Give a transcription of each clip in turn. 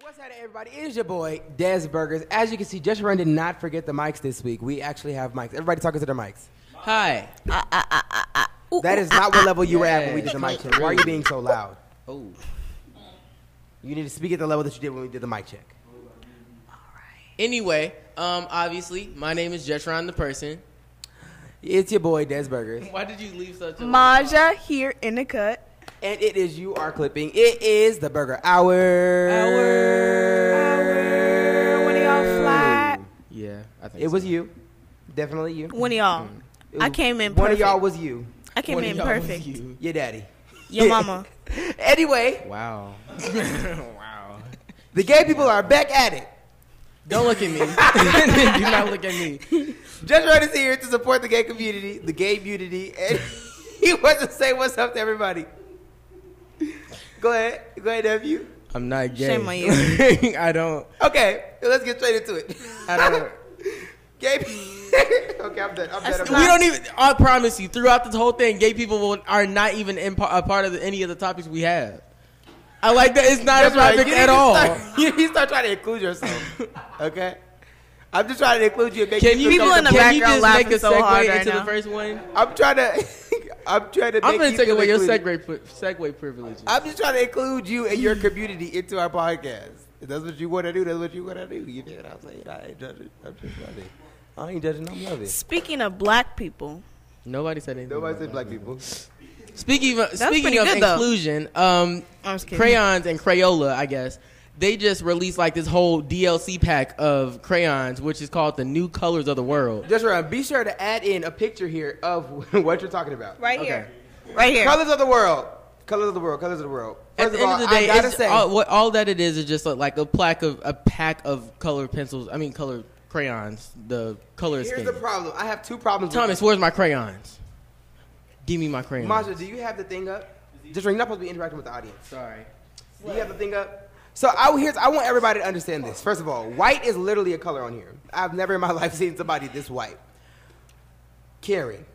What's happening, everybody? It is your boy, Des Burgers. As you can see, Just Run did not forget the mics this week. We actually have mics. Everybody talking to their mics. Hi. That is ah, not what level you were at when we did the Yes. mic check. Why are you being so loud? Oh. You need to speak at the level that you did when we did the mic check. Anyway, um, obviously, my name is Jetron the person. It's your boy, Des Burgers. Why did you leave such a? Maja here in the cut. And it is You Are Clipping. It is the Burger Hour. Hour. When y'all fly. yeah, I think It was so. you. Definitely you. One of y'all. It I was- came in One perfect. of y'all was you. I came One of in y'all was perfect. you. Your daddy. Your mama. Anyway, Wow. wow. the gay people are back at it. Don't look at me. Do not look at me. Judge Rod is here to support the gay community, the gay community, and he wants to say what's up to everybody. Go ahead. Go ahead, nephew. I'm not gay. Shame on I don't. Okay, let's get straight into it. I don't. Gay pe- Okay, I'm done. I'm done. I'm We done. don't even. I promise you. Throughout this whole thing, gay people will, are not even in par, a part of the, any of the topics we have. I like that. It's not That's a topic You need at to all. Start, you need to start trying to include yourself. Okay? I'm just trying to include you and make Can you feel People in the comfortable. can you just background make a laughing so segue hard right into the now. first one? I'm trying to I'm trying to make I'm you gonna take feel away your included. segue pri- segue privileges. I'm just trying to include you and your community into our podcast. If that's what you want to do, that's what you want to do. You know what I'm saying? I ain't judging. I'm just loving. I ain't judging. I'm loving. Speaking of black people, Nobody said anything. Nobody about said black people. that. Speaking of, pretty speaking of good, though. inclusion, um, I'm just kidding. crayons and Crayola, I guess they just released like this whole DLC pack of crayons, which is called the New Colors of the World. Just right. Be sure to add in a picture here of what you're talking about. Right Okay. here. Right here. Colors of the world. Colors of the world. Colors of the world. At First the of end all, of the day, I gotta it's- say, all, what, all that it is is just like a plaque of a pack of colored pencils. I mean, colored crayons. The color here's scheme. the problem. I have two problems. with Thomas, where's my crayons? Give me my this. crayons. Masha, do you have the thing up? Just right. You're not supposed to be interacting with the audience. Sorry. Do you have the thing up? So I here's I want everybody to understand this. First of all, white is literally a color on here. I've never in my life seen somebody this white. Karen,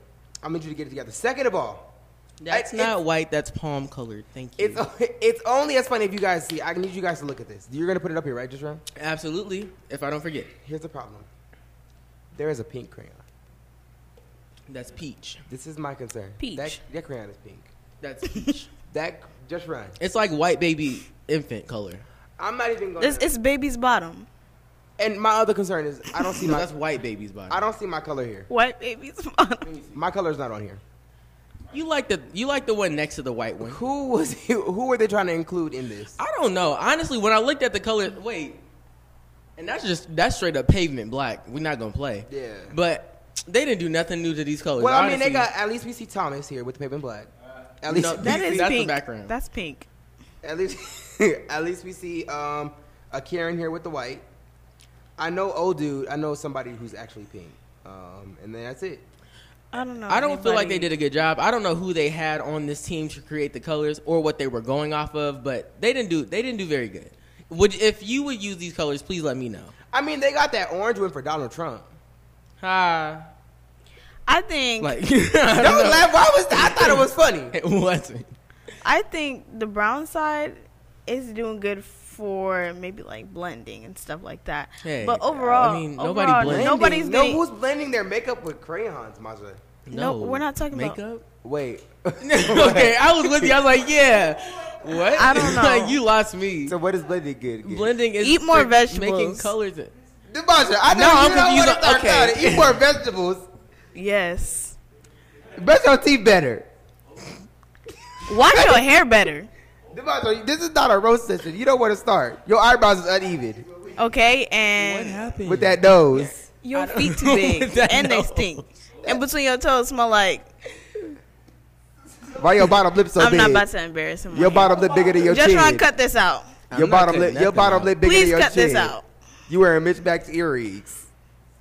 I need you to get it together. Second of all, That's I- not white. That's palm colored. Thank you. it's it's only as funny if you guys see. I need you guys to look at this. You're gonna put it up here, right, Just run. Absolutely. If I don't forget, Here's the problem. There is a pink crayon. that's peach. This is my concern. Peach. That, that crayon is pink. That's peach. That just run. it's like white baby infant color. I'm not even going. This to it's baby's bottom. And my other concern is I don't see No, my that's white baby's body. I don't see my color here. White baby's bottom. My color's not on here. You like the you like the one next to the white one. Who was who were they trying to include in this? I don't know. Honestly, when I looked at the color, wait, and that's just that's straight up pavement black. We're not gonna play. Yeah. But they didn't do nothing new to these colors. Well, I mean, they honestly. got at least we see Thomas here with the paper and black. At least, no, That is That's the pink. background. That's pink. at least, at least we see um, a Karen here with the white. I know old dude. I know somebody who's actually pink. Um, and then that's it. I don't know. I don't feel like they did anybody- a good job. I don't know who they had on this team to create the colors or what they were going off of, but they didn't do they didn't do very good. Would if you would use these colors, please let me know. I mean, they got that orange one for Donald Trump. Hi. I think Like I Don't laugh. Why was that? I thought it was funny. It wasn't. I think the brown side is doing good for maybe like blending and stuff like that. Hey, but overall, I mean, nobody nobody overall blends. nobody's no. getting- Who's blending their makeup with crayons, Maza? No, we're not talking about- makeup. Wait. okay, I was with you. I was like, yeah. What? I don't know. like you lost me. So what is blending good? again? Blending is Eat more like Making vegetables. colors. in- Maja, I know No, I'm you don't want to confused on- start okay. about it. Eat more vegetables. yes. Brush your teeth better. Wash your hair better. Devontae, this is not a roast session. You don't want to start. Your eyebrows is uneven Okay, What and happened? with that nose. your feet know too big, what that and they knows. stink. And between your toes smell like Why your bottom lip so I'm big? not about to embarrass him. your right bottom lip bigger than your here. Just chin. try to cut this out. I'm your not bottom lip, cutting your nothing bottom out. lip bigger Please than your cut chin. this out. You wearing Mitch Max earrings.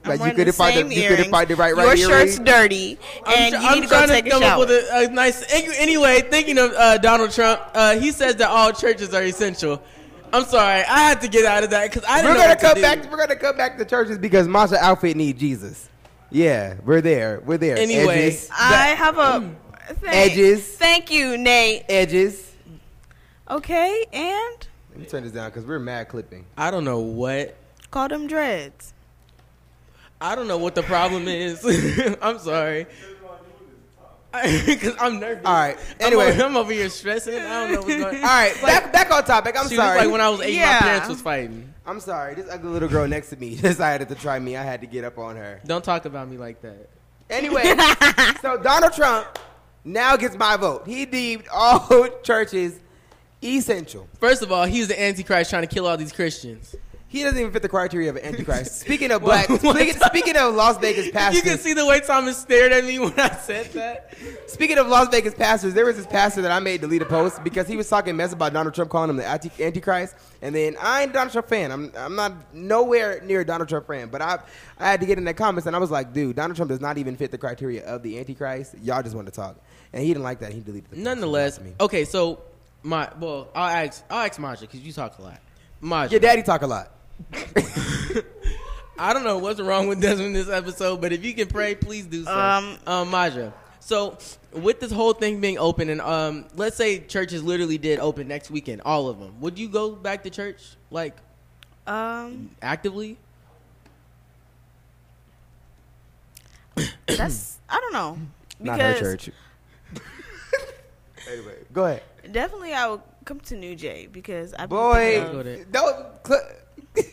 I'm Like you wearing couldn't the find same the, you couldn't earrings. find the right Your right shirt's earring. dirty, and tr- you need to go take a come up shower. with a, a nice. any- Anyway, thinking of uh, Donald Trump, uh, he says that all churches are essential. I'm sorry, I had to get out of that because I We're didn't know gonna what to come do. back. We're gonna come back to churches because Masha outfit need Jesus. Yeah, we're there. We're there. Anyway. edges, I have a thank- mm. Edges. Thank you, Nate. edges. Okay, and Let me turn this down because we're mad clipping. I don't know what. Call them dreads. I don't know what the problem is. I'm sorry. Because I'm nervous. All right. I'm over- Anyway, I'm, over here stressing. I don't know what's going all right. back back on topic. I'm She sorry. was like when I was eight, Yeah. my parents was fighting. I'm sorry. This ugly little girl next to me decided to try me. I had to get up on her. Don't talk about me like that. Anyway, so Donald Trump now gets my vote. He deemed all churches essential. First of all, he's the Antichrist trying to kill all these Christians. He doesn't even fit the criteria of an antichrist. Speaking of What- black, what- speaking, speaking of Las Vegas You can pastors, see the way Thomas stared at me when I said that. speaking of Las Vegas pastors, there was this pastor that I made delete a post because he was talking mess about Donald Trump calling him the anti- antichrist. And then I ain't a Donald Trump fan. I'm I'm not nowhere near a Donald Trump fan. But I I had to get in the comments and I was like, dude, Donald Trump does not even fit the criteria of the antichrist. Y'all just want to talk, and he didn't like that. He deleted. The post. Nonetheless, That's me. okay, so my well, I'll ask I'll ask Maja because you talk a lot. Maja, Your daddy talk a lot. I don't know what's wrong with Desmond this episode, but if you can pray, please do so. Um, Um, Maja. So with this whole thing being open, and um, let's say churches literally did open next weekend, all of them. Would you go back to church like Um, actively? that's I don't know because anyway, go ahead. definitely I would come to New J because I Go there. Boy, don't. Cl-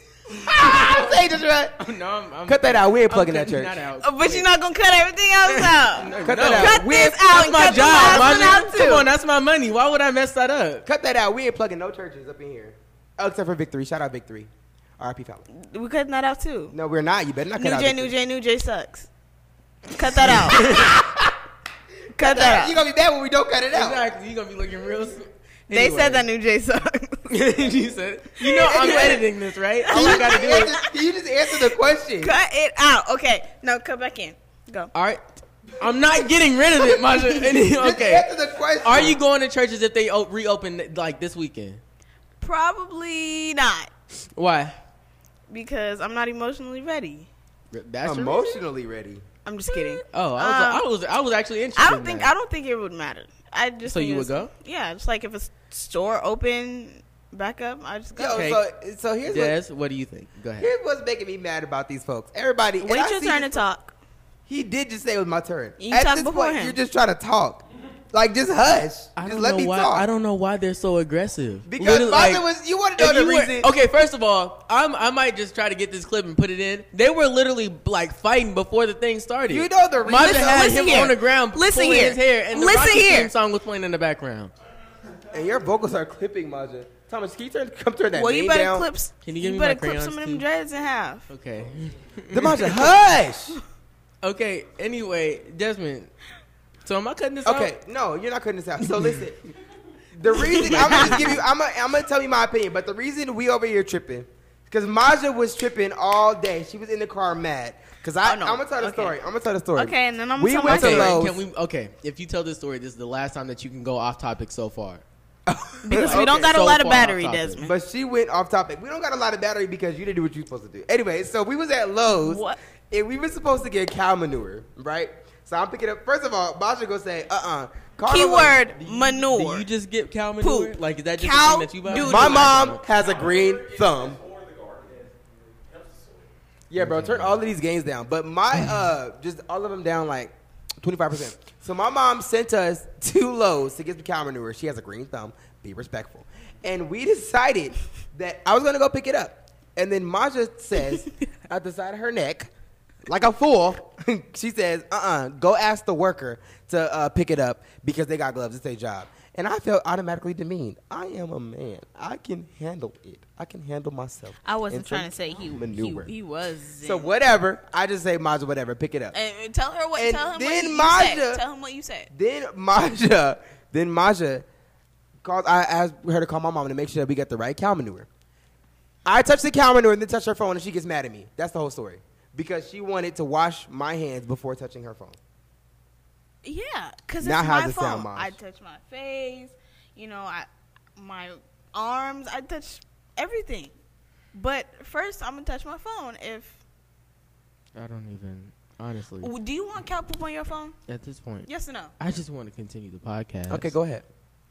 Ah, say just right. no, I'm, I'm Cut that out. We ain't plugging I'm that church. cutting out. but you're not gonna cut everything else out. Cut No. that out. Cut we this ain't, out. That's and my cut the job. last one Maja. out too. Come on, that's my money. Why would I mess that up? Cut that out. We ain't plugging no churches up in here. Oh, except for Victory. Shout out Victory. R.I.P. Fallon. We cutting that out too. No, we're not. You better not cut New out. J, Victory. New J, New J sucks. Cut that out. cut that You're out. gonna be mad when we don't cut it out. Exactly. You're gonna be looking real. s- They said that Anyway. New J sucks. you said. You know I'm Anyway. editing this, right? All I gotta do You is. just- you just answer the question. cut it out. Okay, no, cut back in. Go. All right. I'm not getting rid of it, Maja. Any- Just okay. answer the question. Are you going to churches if they o- reopen like this weekend? Probably not Why? because I'm not emotionally ready. That's your reason? emotionally ready? I'm just kidding. Oh, I was, Um, I was I was actually interested. Eh. I don't in think that. I don't think it would matter. I just So think you it would was- go? Yeah, just like if a s- store open back up, I just Yo, go. Okay. so, so here's, what, Des, what do you think? Go ahead. here's what's making me mad about these folks. Everybody, and I Wait your see turn this- to talk. He did just say it was my turn. You At talked this before point, him. you're just trying to talk. Like, just hush. I just don't let know me why. talk. I don't know why they're so aggressive. because Literally, Fonda like, was. You want to know if the you were- reason? okay, first of all, I'm, I might just try to get this clip and put it in. They were literally like fighting before the thing started. You know the reason. Maja had Listen him here. on the ground, Listen pulling here. his hair, and the Listen Rocky here. theme song was playing in the background. And your vocals are clipping, Maja. Thomas, can you turn, come turn that Well, name you better down? clip. Can you give me my better clip crayons, some of them too? dreads in half. Okay. Demaja, hush. Okay. Anyway, Desmond. So am I cutting this? Okay, Out? no, you're not cutting this out. So listen, the reason I'm gonna just give you, I'm gonna, I'm gonna tell you my opinion, but the reason we over here tripping, because Maja was tripping all day. She was in the car mad. Cause I, Oh, no. I'm gonna tell the Okay. story. I'm gonna tell the story. Okay, and then I'ma we tell went my to Okay. story. Lowe's. Can we? Okay. If you tell this story, this is the last time that you can go off topic so far. Because we Okay. don't got a So lot of far off battery, topic. Desmond. But she went off topic. We don't got a lot of battery because you didn't do what you were supposed to do. Anyway, so we was at Lowe's What? and we were supposed to get cow manure, right? So I'm picking up. First of all, Masha gonna say, "Uh, uh Keyword Do manure. you just get cow manure? Poop. Like is that just Cow the thing that you buy? doodle. My mom has a green thumb. Yeah, bro, turn all of these gains down. But my Mm. uh, just all of them down like twenty five percent. So my mom sent us two loaves to get some cow manure. She has a green thumb. Be respectful. And we decided that I was gonna go pick it up. And then Maja says at the side of her neck, like a fool, she says, "Uh, uh go ask the worker to uh, pick it up because they got gloves. It's their job." And I felt automatically demeaned. I am a man. I can handle it. I can handle myself. I wasn't And some trying to say he manure. he, he was. So whatever, I just say Maja, whatever, pick it up. And Eh, tell her what. And tell him then what you Maja- said. Tell him what you said. Then Maja, then Maja called. I asked her to call my mom to make sure that we got the right cow manure. I touched the cow manure and then touched her phone, and she gets mad at me. That's the whole story because she wanted to wash my hands before touching her phone. Yeah, because it's Now how's my it sound, phone. Maj? I touch my face, you know, I my arms, I touch everything. But first, I'm gonna touch my phone. If I don't even honestly do you want cow poop on your phone? at this point. Yes or no? I just want to continue the podcast. Okay, go ahead.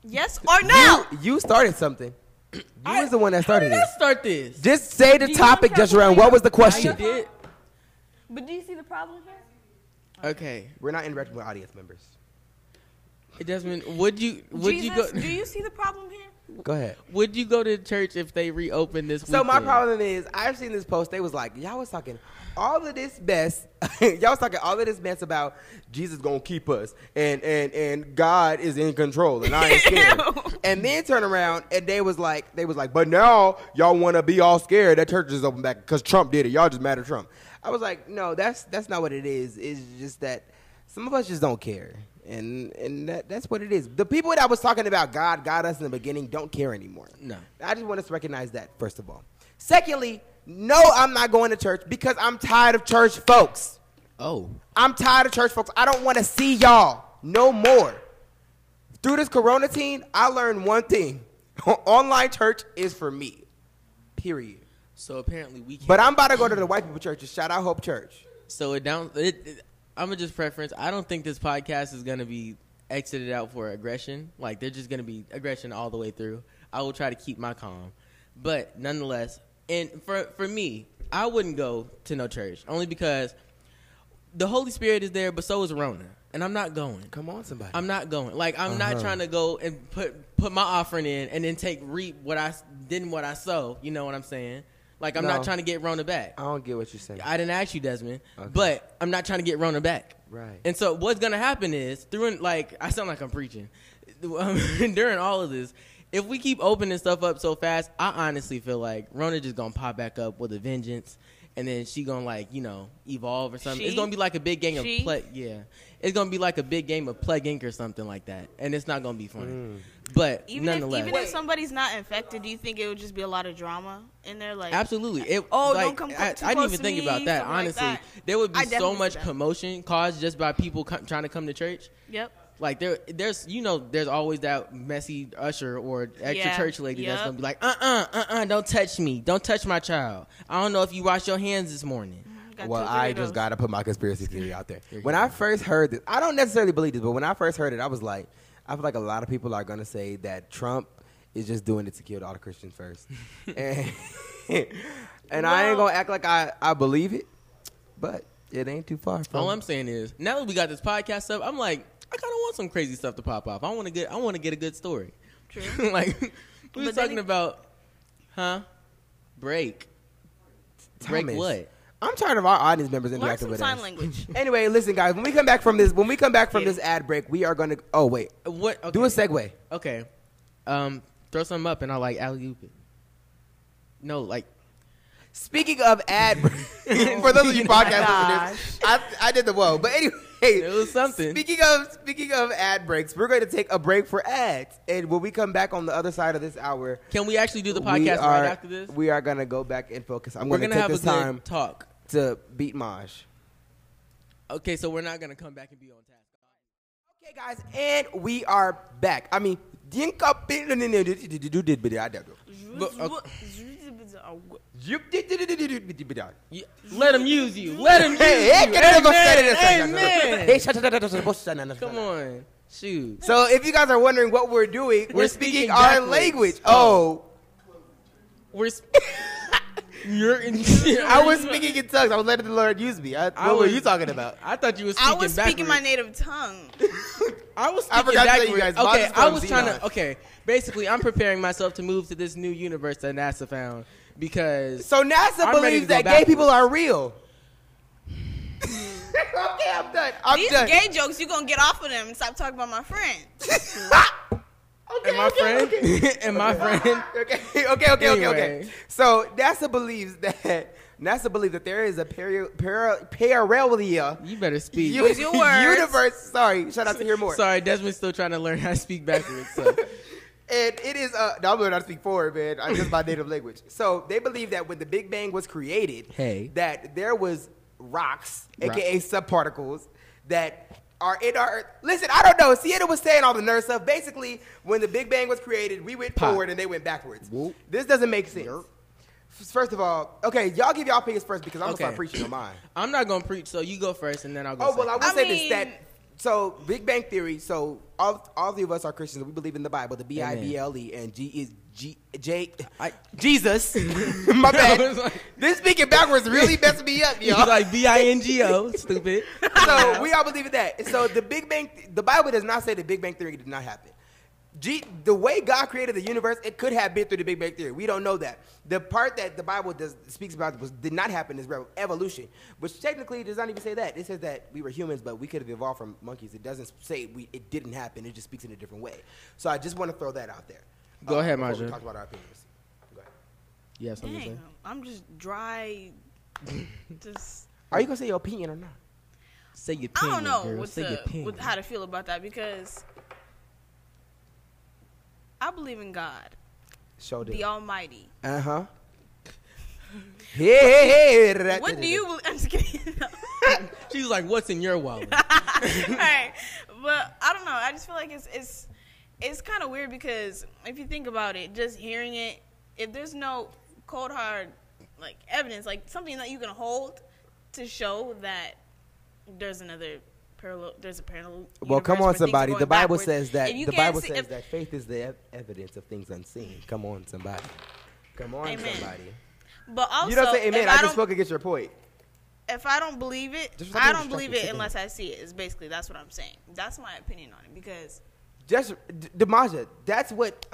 Yes or no? You, you started something. You was the one that started How did I this. start this? Just say the Do you topic, have just around. What was the Now you question? did. But do you see the problem here? Okay, We're not interacting with audience members. Desmond, would you would Jesus, you do go you see the problem here? Go ahead. would you go to church if they reopened this? So my weekend? problem is, I've seen this post. They was like, y'all was talking all of this mess. y'all was talking all of this mess about Jesus gonna keep us, and and and God is in control, and I ain't scared. Ew. and then turn around and they was like, they was like, but now y'all want to be all scared that church is open back because Trump did it. Y'all just mad at Trump. I was like, no, that's that's not what it is. It's just that some of us just don't care. And and that, that's what it is. The people that was talking about God got us in the beginning don't care anymore. No. I just want us to recognize that, first of all. Secondly, no, I'm not going to church because I'm tired of church folks. Oh, I'm tired of church folks. I don't want to see y'all no more. Through this corona teen, I learned one thing online church is for me, period. so apparently we. Can't. But I'm about to go to the white people churches. Shout out Hope Church. So it down. It, it, I'm gonna just preference. I don't think this podcast is gonna be exited out for aggression. Like they're just gonna be aggression all the way through. I will try to keep my calm, but nonetheless, and for for me, I wouldn't go to no church only because the Holy Spirit is there, but so is Rona, and I'm not going. Come on, somebody. I'm not going. Like I'm not Uh-huh. trying to go and put put my offering in and then take reap what I s- didn't what I sow. You know what I'm saying? Like I'm No. not trying to get Rona back. I don't get what you're saying. I didn't ask you, Desmond, Okay. but I'm not trying to get Rona back. Right. And so what's gonna happen is through like I sound like I'm preaching during all of this. If we keep opening stuff up so fast, I honestly feel like Rona just gonna pop back up with a vengeance, and then she gonna like you know evolve or something. She? It's gonna be like a big game She? of play. Yeah, it's gonna be like a big game of plug ink or something like that, and it's not gonna be Mm. fun. But Even if, nonetheless, even if somebody's not infected, do you think it would just be a lot of drama in there? Like, Absolutely. It, Oh, like, don't come I, too I didn't close even to think me, about that. something like Honestly, that. there would I be so definitely see much that. commotion caused just by people co- trying to come to church. Yep. Like there, there's you know, there's always that messy usher or extra Yeah, church lady that's yup. gonna be like, uh, uh, uh, uh, don't touch me, don't touch my child. I don't know if you washed your hands this morning. Got well, two I Doritos. just gotta put my conspiracy theory out there. Here you When go. I first heard this, I don't necessarily believe this, but when I first heard it, I was like, I feel like a lot of people are gonna say that Trump is just doing it to kill all the Christians first, and, and I ain't Well- gonna act like I I believe it, but it ain't too far from. All I'm saying is, now that we got this podcast up, I'm like, I kind of want some crazy stuff to pop off. I want to get, I want to get a good story. True. like we were But then talking it- about, huh? Break. Break Thomas, what? I'm tired of our audience members Learn interacting some with sign us. language. Anyway, listen, guys. When we come back from this, when we come back from Yeah. this ad break, we are gonna. Oh wait, What? Okay. do a segue. Okay. Um, throw something up and I'll like alley oop it. No, like Speaking of ad, for those of you podcast listeners, I, I did the whoa. But anyway, it was something. Speaking of speaking of ad breaks, we're going to take a break for ads, and when we come back on the other side of this hour, Can we actually do the we podcast are, right after this? We are going to go back and focus. I'm We're going to gonna take have this a good time talk. to beat Maj. Okay, so we're not gonna come back and be on task. Okay, guys, and we are back. I mean, you But, uh, You- let him use you. Let him use you. Amen. Amen. Come on, shoot. So if you guys are wondering what we're doing, we're, We're speaking, speaking our backwards. language. Oh, We're. Sp- You're in. I was speaking in tongues. I was letting the Lord use me. I, what I were was- you talking about? I thought you were I speaking was speaking backwards. my native tongue. I was I forgot speaking to tell backwards. you guys, Boz okay, is I from was Xenon. trying to. Okay, basically, I'm preparing myself to move to this new universe that NASA found because So NASA I'm ready believes to go that gay backwards. people are real. okay, I'm done. I'm These done. gay jokes, you gonna get off of them and stop talking about my friend. okay, and my okay, friend okay. and my friend. okay, okay, okay, okay, okay. Anyway. So NASA believes that NASA believes that there is a peri- peri- parallelia You better speak. u- Use your words. universe. Sorry, shout out to hear more. Sorry, Desmond's still trying to learn how to speak backwards. So. And it is, uh, no, I'm learning how to speak forward, man. I just my native language. So they believe that when the Big Bang was created, Hey. that there was rocks, Rock. aka subparticles, that are in our Earth. Listen, I don't know. Sienna was saying all the nerd stuff. Basically, when the Big Bang was created, we went Pop. forward and they went backwards. Whoop. This doesn't make sense. First of all, okay, y'all give y'all opinions first because I'm Okay. gonna start preaching on mine. I'm not gonna preach, so you go first, and then I'll go. Oh well, I will second. I say this: mean- that So Big Bang Theory. So all all three of us are Christians. We believe in the Bible, the B I B L E, and G is G J. I- Jesus. My I bad. was like- this speaking backwards really messed me up, He's y'all. like B I N G O, stupid. so we all believe in that. And so the Big Bang, the Bible does not say the Big Bang theory did not happen. G, the way God created the universe, it could have been through the Big Bang theory. We don't know that. The part that the Bible does speaks about was did not happen is re- evolution, which technically does not even say that. It says that we were humans, but we could have evolved from monkeys. It doesn't say we it didn't happen. It just speaks in a different way. So I just want to throw that out there. Uh, Go ahead, before we Maja. Talk about our opinions. Go ahead. You have something to Dang, say? I'm just dry. just Are you gonna say your opinion or not? Say your I opinion, don't know girl. with Say your the opinion. with how to feel about that because I believe in God, Show the Almighty. Uh huh. Hey, hey, hey. What do you? bel- I'm just kidding. She's like, "What's in your wallet?" All right, but I don't know. I just feel like it's it's it's kind of weird because if you think about it, just hearing it, if there's no cold hard like evidence, like something that you can hold to show that there's another parallel, there's a parallel. Well, come universe where on, things are somebody. going The Bible backwards. says that. If you The can't Bible see- says if- that faith is the ev- evidence of things unseen. Come on, somebody. Come on, Amen. somebody. But also, you don't say amen. if I, I, just don't, spoke against your point. if I don't believe it, Just stop I being don't believe distracted. it Sit unless I see it. Is basically that's what I'm saying. That's my opinion on it because Just D- Demaja. That's what.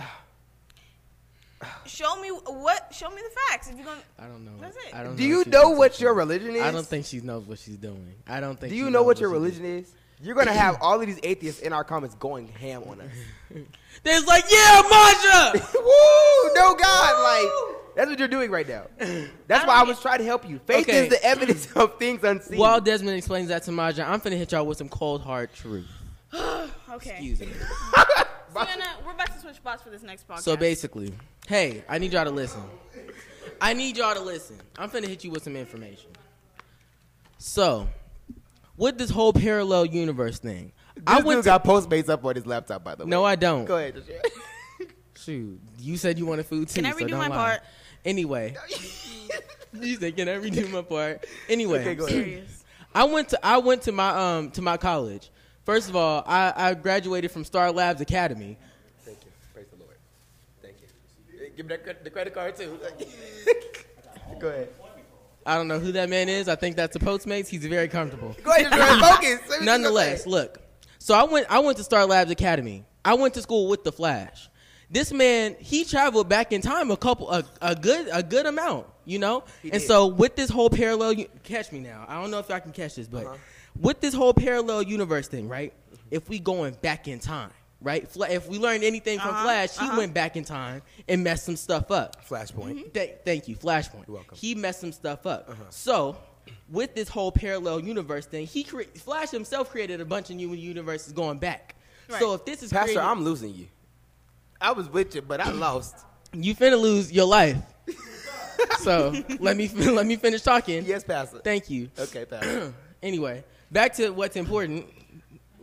show me what, show me the facts. If you're gonna, I don't know. That's it. I don't Do if you she know thinks what it's your true. religion is? I don't think she knows what she's doing. I don't think. Do she you know knows what your she doing. religion is? You're gonna have all of these atheists in our comments going ham on us. There's like, yeah, Maja. Woo! No God, like that's what you're doing right now. That's I why I don't was get- trying to help you. Faith Okay. is the evidence of things unseen. While Desmond explains that to Maja, I'm finna hit y'all with some cold hard truth. okay. Excuse me. Sienna, we're about to switch spots for this next podcast. So basically, hey, I need y'all to listen. I need y'all to listen. I'm finna hit you with some information. So, with this whole parallel universe thing, I This went. dude To, got Postmates up on his laptop, by the way. no, I don't. Go ahead. Tashia. Shoot, you said you wanted food too. Can I so redo don't my lie. part? Anyway, you said, "Can I redo my part?" Anyway, Okay, go ahead. serious. I went to I went to my um to my college. First of all, I, I graduated from Star Labs Academy. Thank you. Praise the Lord. Thank you. Give me the credit card too. Go ahead. I don't know who that man is. I think that's a Postmates. He's very comfortable. Go ahead. Tashia. Focus. Let me Nonetheless, see look. So I went I went to Star Labs Academy. I went to school with the Flash. This man, he traveled back in time a couple a, a good a good amount, you know? He and did. so with this whole parallel u- catch me now. I don't know if y'all can catch this, but Uh-huh. Mm-hmm. with this whole parallel universe thing, right? If we going back in time, right? Fla- if we learned anything from Uh-huh, Flash, he uh-huh. went back in time and messed some stuff up. what I said. Flashpoint. Th- thank you, Flashpoint. You're welcome. Uh-huh. He messed some stuff up. So, with this whole parallel universe thing, he cre- Flash himself created a bunch of new universes going back. Right. So if this is Pastor, created, I'm losing you. I was with you, but I lost. you finna lose your life. so let me fin- let me finish talking. yes, Pastor. Thank you. okay, Pastor. anyway, back to what's important.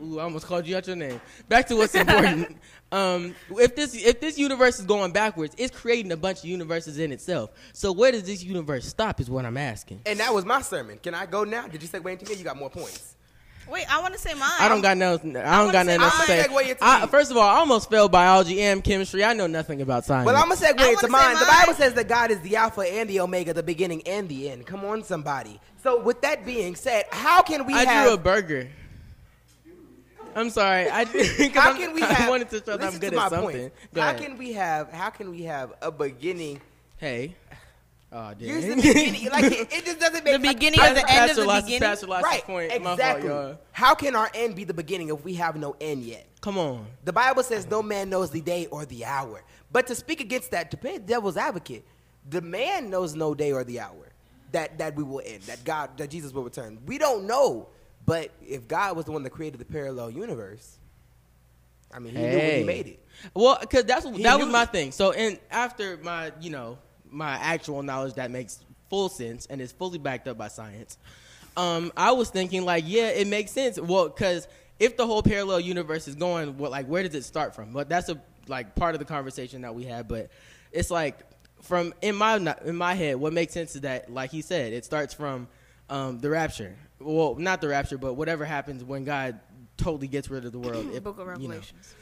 Ooh, I almost called you out your name. Back to what's important. um, if this if this universe is going backwards, it's creating a bunch of universes in itself. So where does this universe stop? Is what I'm asking. and that was my sermon. Can I go now? Did you segue into me? You got more points. Wait, I want to say mine. I don't got no. I don't got say- nothing else I'm to gonna say. segue into I, you. first of all, I almost failed biology and chemistry. I know nothing about science. Well, I'm gonna I segue wanna to say mine. The mine. Bible says that God is the Alpha and the Omega, the beginning and the end. Come on, somebody. So, with that being said, how can we I have? drew a burger. I'm sorry. I 'cause how I'm- can we I have? wanted to show that I'm listen good to my at something. Point. Go How ahead. can we have? How can we have a beginning? hey. Oh, dang. Here's the beginning. Like it, it just doesn't make The beginning like, of the end of Pastor the lost, beginning. Pastor lost his Right. point. My fault, Exactly. y'all. how can our end be the beginning if we have no end yet? Come on. The Bible says no man knows the day or the hour. But to speak against that, to play devil's advocate, the man knows no day or the hour that, that we will end, that God, that Jesus will return. We don't know. But if God was the one that created the parallel universe, I mean, he knew when he made it. Well, because that's He that knew was my it. thing. So, and after my, you know, my actual knowledge that makes full sense and is fully backed up by science, um, I was thinking like, yeah, it makes sense. Well, because if the whole parallel universe is going, well, like, where does it start from? But that's a like part of the conversation that we had. But it's like from in my in my head, what makes sense is that, like he said, it starts from um, the rapture. Well, not the rapture, but whatever happens when God totally gets rid of the world. if, Book of you know. Revelations.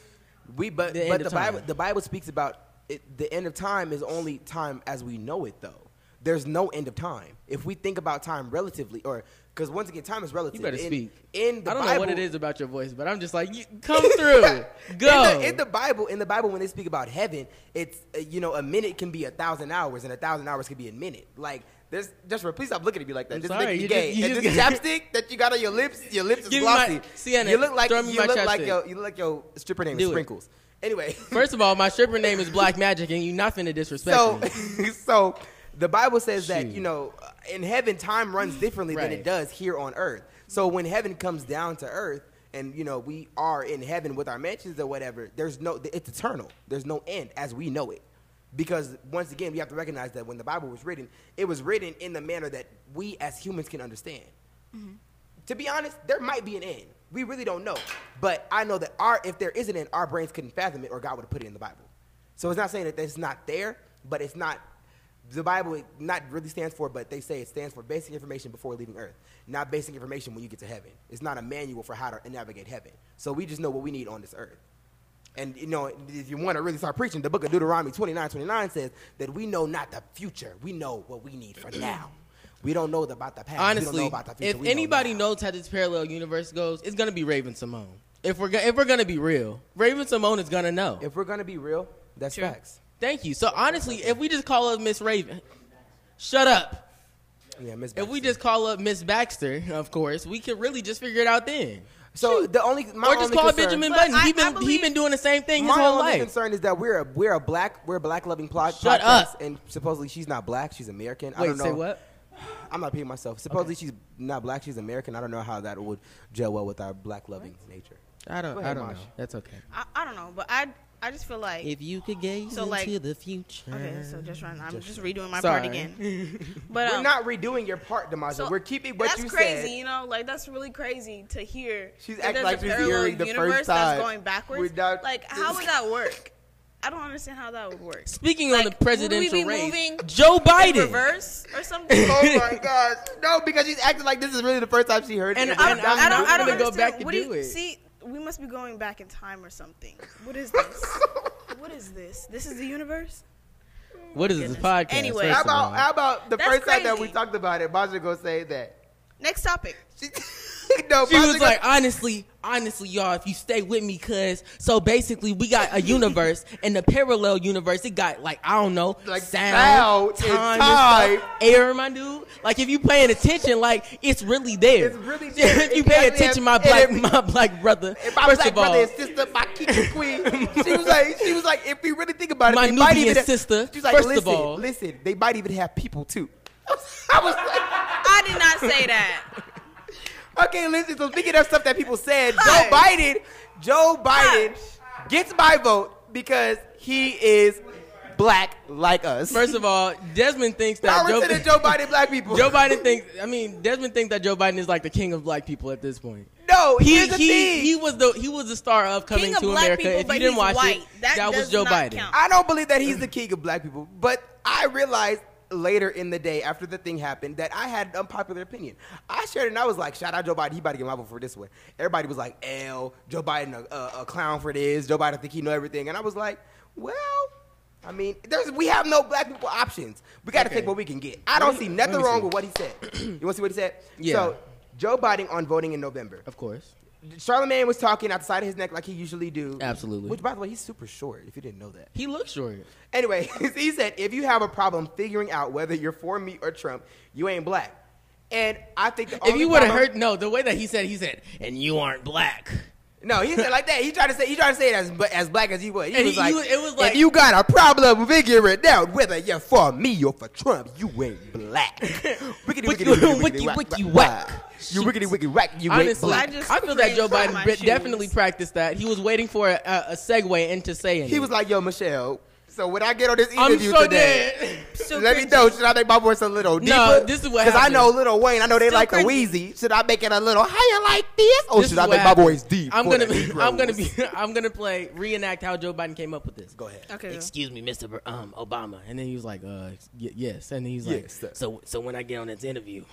We but The end but of the Bible time. the Bible speaks about it, the end of time is only time as we know it though. There's no end of time. If we think about time relatively, or because once again, time is relative. You better in, speak. In the I don't Bible, know what it is about your voice, but I'm just like, you, come through, go. In the, in the Bible, in the Bible, when they speak about heaven, it's uh, you know a minute can be a thousand hours, and a thousand hours can be a minute. Like there's just please stop looking at me like that. I'm this sorry, make me you gay. just- you and just- this chapstick that you got on your lips, your lips is Give me my- glossy. Sienna, you look like throw me you my look like chapstick. your you look like your stripper name Do is it. Sprinkles. Anyway, First of all, my stripper name is Black Magic, and you're not finna disrespect so me. so the Bible says that Shoot. you know in heaven time runs differently than Right. it does here on earth. So when heaven comes down to earth and you know we are in heaven with our mansions or whatever, there's no it's eternal. There's no end as we know it. Because once again, we have to recognize that when the Bible was written, it was written in the manner that we as humans can understand. To be honest, there might be an end. We really don't know. But I know that our if there is an end, our brains couldn't fathom it, or God would have put it in the Bible. So it's not saying that it's not there, but it's not the Bible not really stands for, but they say it stands for basic information before leaving earth, not basic information when you get to heaven. It's not a manual for how to navigate heaven. So we just know what we need on this earth. And you know, if you want to really start preaching, the book of Deuteronomy 29, 29 says that we know not the future. We know what we need for now. We don't know about the past. we don't know Honestly, about the future. if we know anybody now. knows how this parallel universe goes, it's gonna be Raven Simone. If we're go- if we're gonna be real, Raven Simone is gonna know. If we're gonna be real, that's True. facts. Thank you. So honestly, if we just call up Miss Raven, shut up. Yeah, Miss. If we Baxter. just call up Miss Baxter, of course, we could really just figure it out then. so the only my or just only call concern, Benjamin But Button. I- He I been he believe- been doing the same thing his My whole only life. concern is that we're a we're a black we're a black loving plot Shut podcast, up. and supposedly she's not black. She's American. I Wait, don't know. say what? I'm not peeing myself. Supposedly she's not black. She's American. I don't know how that would gel well with our black loving nature. I don't. Go ahead, I don't Mosh. know. That's okay. I, I don't know, but I I just feel like If you could gaze So, like- into the future. okay. So just run. I'm Just- just, redoing my Sorry. part again. But We're um, not redoing your part, Damaja. so we're keeping what that's you crazy, said. you know, like that's really crazy to hear. She's that acting there's like a she's parallel hearing the first universe time. That's going backwards. We're not- like, how would that work? I don't understand how that would work. Speaking on Like, the presidential would we be race, moving Joe In Biden. reverse or something. oh my gosh! No, because she's acting like this is really the first time she heard And it. I I'm don't, I don't, I not don't gonna go understand. back and what do do you, it. See, we must be going back in time or something. What is this? what is this? This is the universe. What is this Goodness. podcast? Anyway. first How of all? about how about the That's first time that we crazy. talked about it? Maja gonna say that. Next topic. She, no, She Maja was gonna- like, honestly, honestly, y'all, if you stay with me, cuz. So basically, we got a universe, and the parallel universe, it got like, I don't know, Like, sound, sound and time, and time. stuff, air, my dude. Like, if you paying attention, like, it's really there. It's really there. if you It pay goddamn- attention, my and black, if- my black brother. And my first black of all, brother and sister, my Kiki Queen. she was like, she was like, if we really think about it, My they might Nubian even have- sister, She was like, first of listen, all." listen, they might even have people too. I was like, I did not say that. okay, listen. So speaking of stuff that people said, Joe Hush. Biden, Joe Biden gets my vote because he is black like us. first of all, Desmond thinks that Power to the Joe Biden black people. Joe Biden thinks. I mean, Desmond thinks that Joe Biden is like the king of black people at this point. No, he here's the he thing. he was the he was the star of Coming King of to Black America. People, if but you didn't he's watch white. it, that, That was does Joe not Biden. count. I don't believe that he's the king of black people, but I realized later in the day after the thing happened that I had an unpopular opinion. I shared it and I was like, shout out Joe Biden, he about to get my vote for this one. Everybody was like, L, Joe Biden a, a, a clown for this, Joe Biden think he know everything. And I was like, well, I mean, there's we have no black people options. We got to Okay. take what we can get. I don't see nothing me wrong see. with what he said. you want to see what he said? Yeah. So, Joe Biden on voting in November. Of course. Charlemagne was talking outside of his neck like he usually do. Absolutely. Which, by the way, he's super short. If you didn't know that. He looks short. Anyway, he said, if you have a problem figuring out whether you're for me or Trump, you ain't black. And I think the If only you would have problem- heard, no, the way that he said, he said, and you aren't black. no, he said it like that. He tried to say he tried to say it as as black as he was. He And was he- like, you- it was like- if you got a problem figuring out whether you're for me or for Trump, you ain't black. Wickety Wicky- wickety wickety wicky- wickety whack, wicky whack. whack. You wickety wickety whack. You ain't Honestly, black. I, I just feel that Joe cringed in Biden my be- shoes. definitely practiced that. He was waiting for a, a, a segue into saying He it. was like, yo, Michelle. So when I get on this I'm interview so today. dead. So Let me cringy. know. Should I make my voice a little deeper? this is what Because I happened. know Little Wayne. I know they Still like the cringy. Wheezy. Should I make it a little higher like this, or This should is I what make my happened. voice deep? I'm for gonna the be, Negroes? I'm gonna be, I'm gonna play reenact how Joe Biden came up with this. Go ahead. Okay. Excuse me, Mr. Bur- um, Obama. And then he was like, uh, y- yes. And then he's like, Yes, sir. so, so when I get on this interview,